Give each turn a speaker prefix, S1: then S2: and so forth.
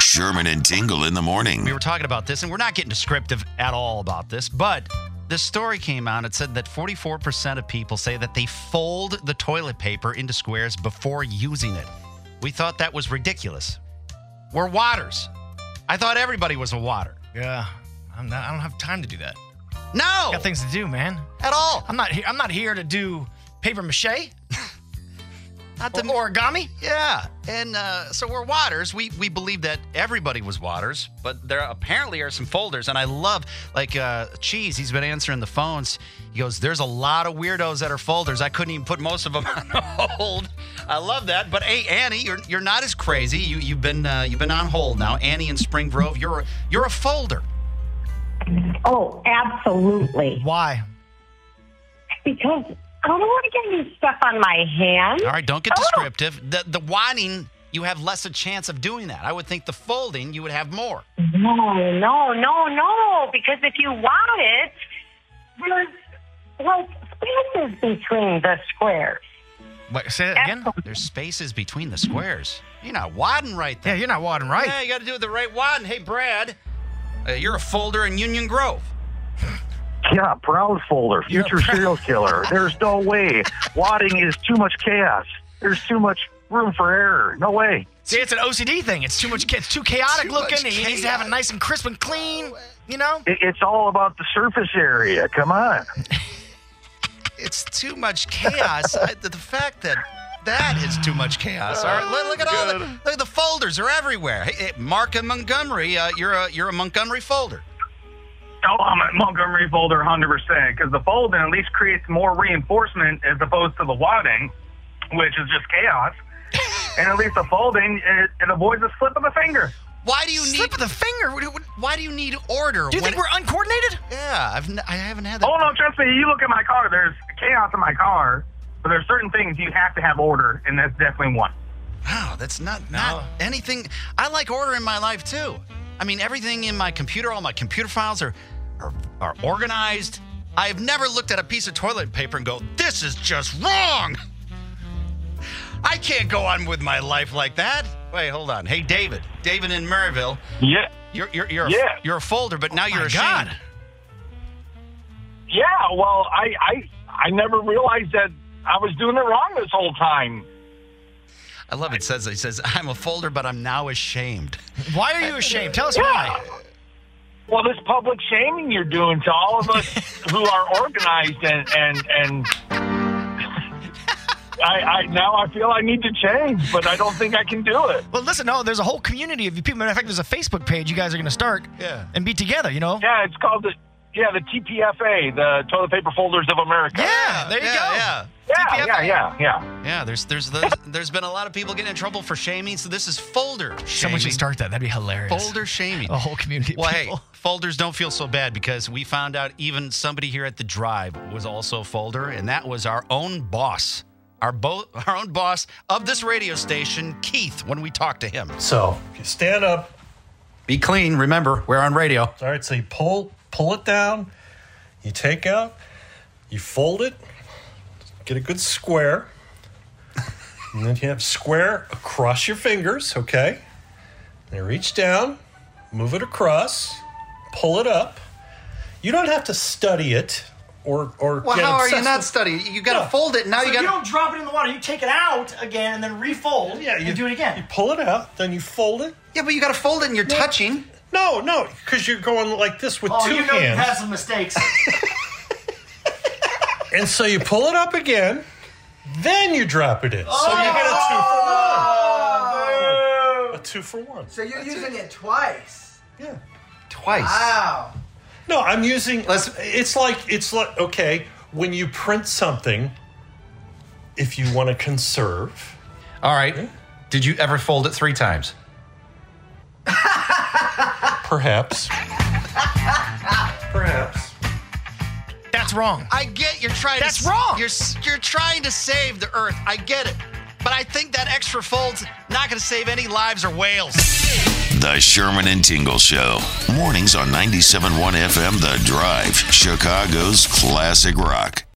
S1: Sherman and Tingle in the morning.
S2: We were talking about this, and we're not getting descriptive at all about this, but this story came out. It said that 44% of people say that they fold the toilet paper into squares before using it. We thought that was ridiculous. We're waters. I thought everybody was a water.
S3: Yeah, I'm not, I don't have time to do that.
S2: No,
S3: Got things to do, man.
S2: at all.
S3: I'm not here. I'm not here to do paper mache,
S2: Not
S3: or
S2: the
S3: origami.
S2: Yeah, and uh, so we're waters. We we believe that everybody was waters, but there apparently are some folders. And I love like uh, cheese. He's been answering the phones. He goes, "There's a lot of weirdos that are folders. I couldn't even put most of them on hold." I love that. But hey, Annie, you're you're not as crazy. You you've been uh, you've been on hold now. Annie in Spring Grove, you're a, you're a folder.
S4: Oh, absolutely.
S3: Why?
S4: Because I don't want to get any stuff on my hand.
S2: All right, don't get descriptive. The the whining, you have less a chance of doing that. I would think the folding, you would have more.
S4: No, no, no, no. Because if you want it, there's like spaces between the squares.
S3: Wait, say that again.
S2: There's spaces between the squares. You're not wadding right
S3: Yeah,
S2: there.
S3: you're not wadding right.
S2: Yeah, you got to do it the right wadding. Hey, Brad, uh, you're a folder in Union Grove.
S5: Yeah, Proud Folder, future serial killer. There's no way. Wadding is too much chaos. There's too much room for error. No way.
S3: See, it's an OCD thing. It's too much. It's too chaotic looking. He needs to have it nice and crisp and clean. You know.
S5: It, it's all about the surface area. Come on.
S2: It's too much chaos. I, the, the fact that that is too much chaos. All right, look, look at
S3: Oh,
S2: all the, look, the folders are everywhere. Hey, hey, Mark and Montgomery, uh, you're a you're a Montgomery folder.
S6: Oh, I'm a Montgomery folder 100% because the folding at least creates more reinforcement as opposed to the wadding, which is just chaos. and at least the folding, it, it avoids a slip of the finger.
S2: Why do you need
S3: Slip of the finger. What- what-
S2: Why do you need order?
S3: Do you
S2: when
S3: think we're uncoordinated?
S2: it- yeah, I've n- I haven't had that.
S6: Oh, no, trust me, you look at my car, there's chaos in my car, but there's certain things you have to have order, and that's definitely one.
S2: Wow, that's not not
S3: No.
S2: anything. I like order in my life too. I mean, everything in my computer, all my computer files are are, are organized. I have never looked at a piece of toilet paper and go, "This is just wrong." I can't go on with my life like that. Wait, hold on. Hey, David, David in Murrayville,
S6: Yeah.
S2: you're you're you're,
S6: Yeah.
S2: a, you're a folder, but now you're
S3: Oh, my
S2: ashamed.
S3: God.
S6: Yeah, well, I, I, I never realized that I was doing it wrong this whole time.
S2: I love it. Says it says I'm a folder, but I'm now ashamed.
S3: Why are you ashamed? Tell us why.
S6: Well, this public shaming you're doing to all of us who are organized and and and I, I now I feel I need to change, but I don't think I can do it.
S3: Well, listen. No, there's a whole community of you people. Matter of fact, there's a Facebook page you guys are going to start.
S2: Yeah.
S3: And be together. You know.
S6: Yeah, it's called the yeah the TPFA, the Toilet Paper Folders of America.
S3: Yeah, there you
S2: yeah,
S3: go.
S2: Yeah.
S6: yeah, yeah,
S2: TPFA.
S6: yeah, yeah.
S2: Yeah, there's there's there's, there's been a lot of people getting in trouble for shaming, so this is folder shaming.
S3: Someone should start that. That'd be hilarious.
S2: folder shaming.
S3: A whole community. of
S2: well, hey,
S3: people.
S2: folders don't feel so bad because we found out even somebody here at the drive was also a folder, and that was our own boss, our bo- our own boss of this radio station, Keith. When we talked to him,
S7: So you stand up.
S2: be clean. Remember, we're on radio.
S7: All right, so you pull pull it down. You take out. You fold it. Get a good square. And then you have square across your fingers. Okay. And you reach down, move it across, pull it up. You don't have to study it. or or
S2: Well,
S7: get
S2: how are you
S7: obsessed
S2: not
S7: with-
S2: studying? You got to
S7: Yeah.
S2: fold it. Now
S3: So
S2: you
S3: you,
S2: got
S3: don't drop it in the water. You take it out again and then refold.
S7: Yeah,
S3: and do it
S7: You
S3: again.
S7: pull it out, then you fold it.
S2: Yeah, but you got to fold it and you're touching.
S7: No, no, because you're going like this with
S3: Oh,
S7: two
S3: you know you've
S7: hands,
S3: had some mistakes.
S7: and so you pull it up again, then you drop it in. So you get a two for one. A two for one.
S8: So you're using it twice.
S7: Yeah.
S2: Twice.
S8: Wow.
S7: No, I'm using.
S2: Let's-
S7: it's like it's like okay when you print something. If you want to conserve,
S2: All right. Did you ever fold it three times?
S7: perhaps, perhaps.
S3: That's wrong.
S2: I get you're trying.
S3: That's
S2: to,
S3: wrong.
S2: You're s- you're trying to save the Earth. I get it, but I think that extra fold's not going to save any lives or whales.
S1: The Sherman and Tingle Show. Mornings on 97.1 FM The Drive, Chicago's classic rock.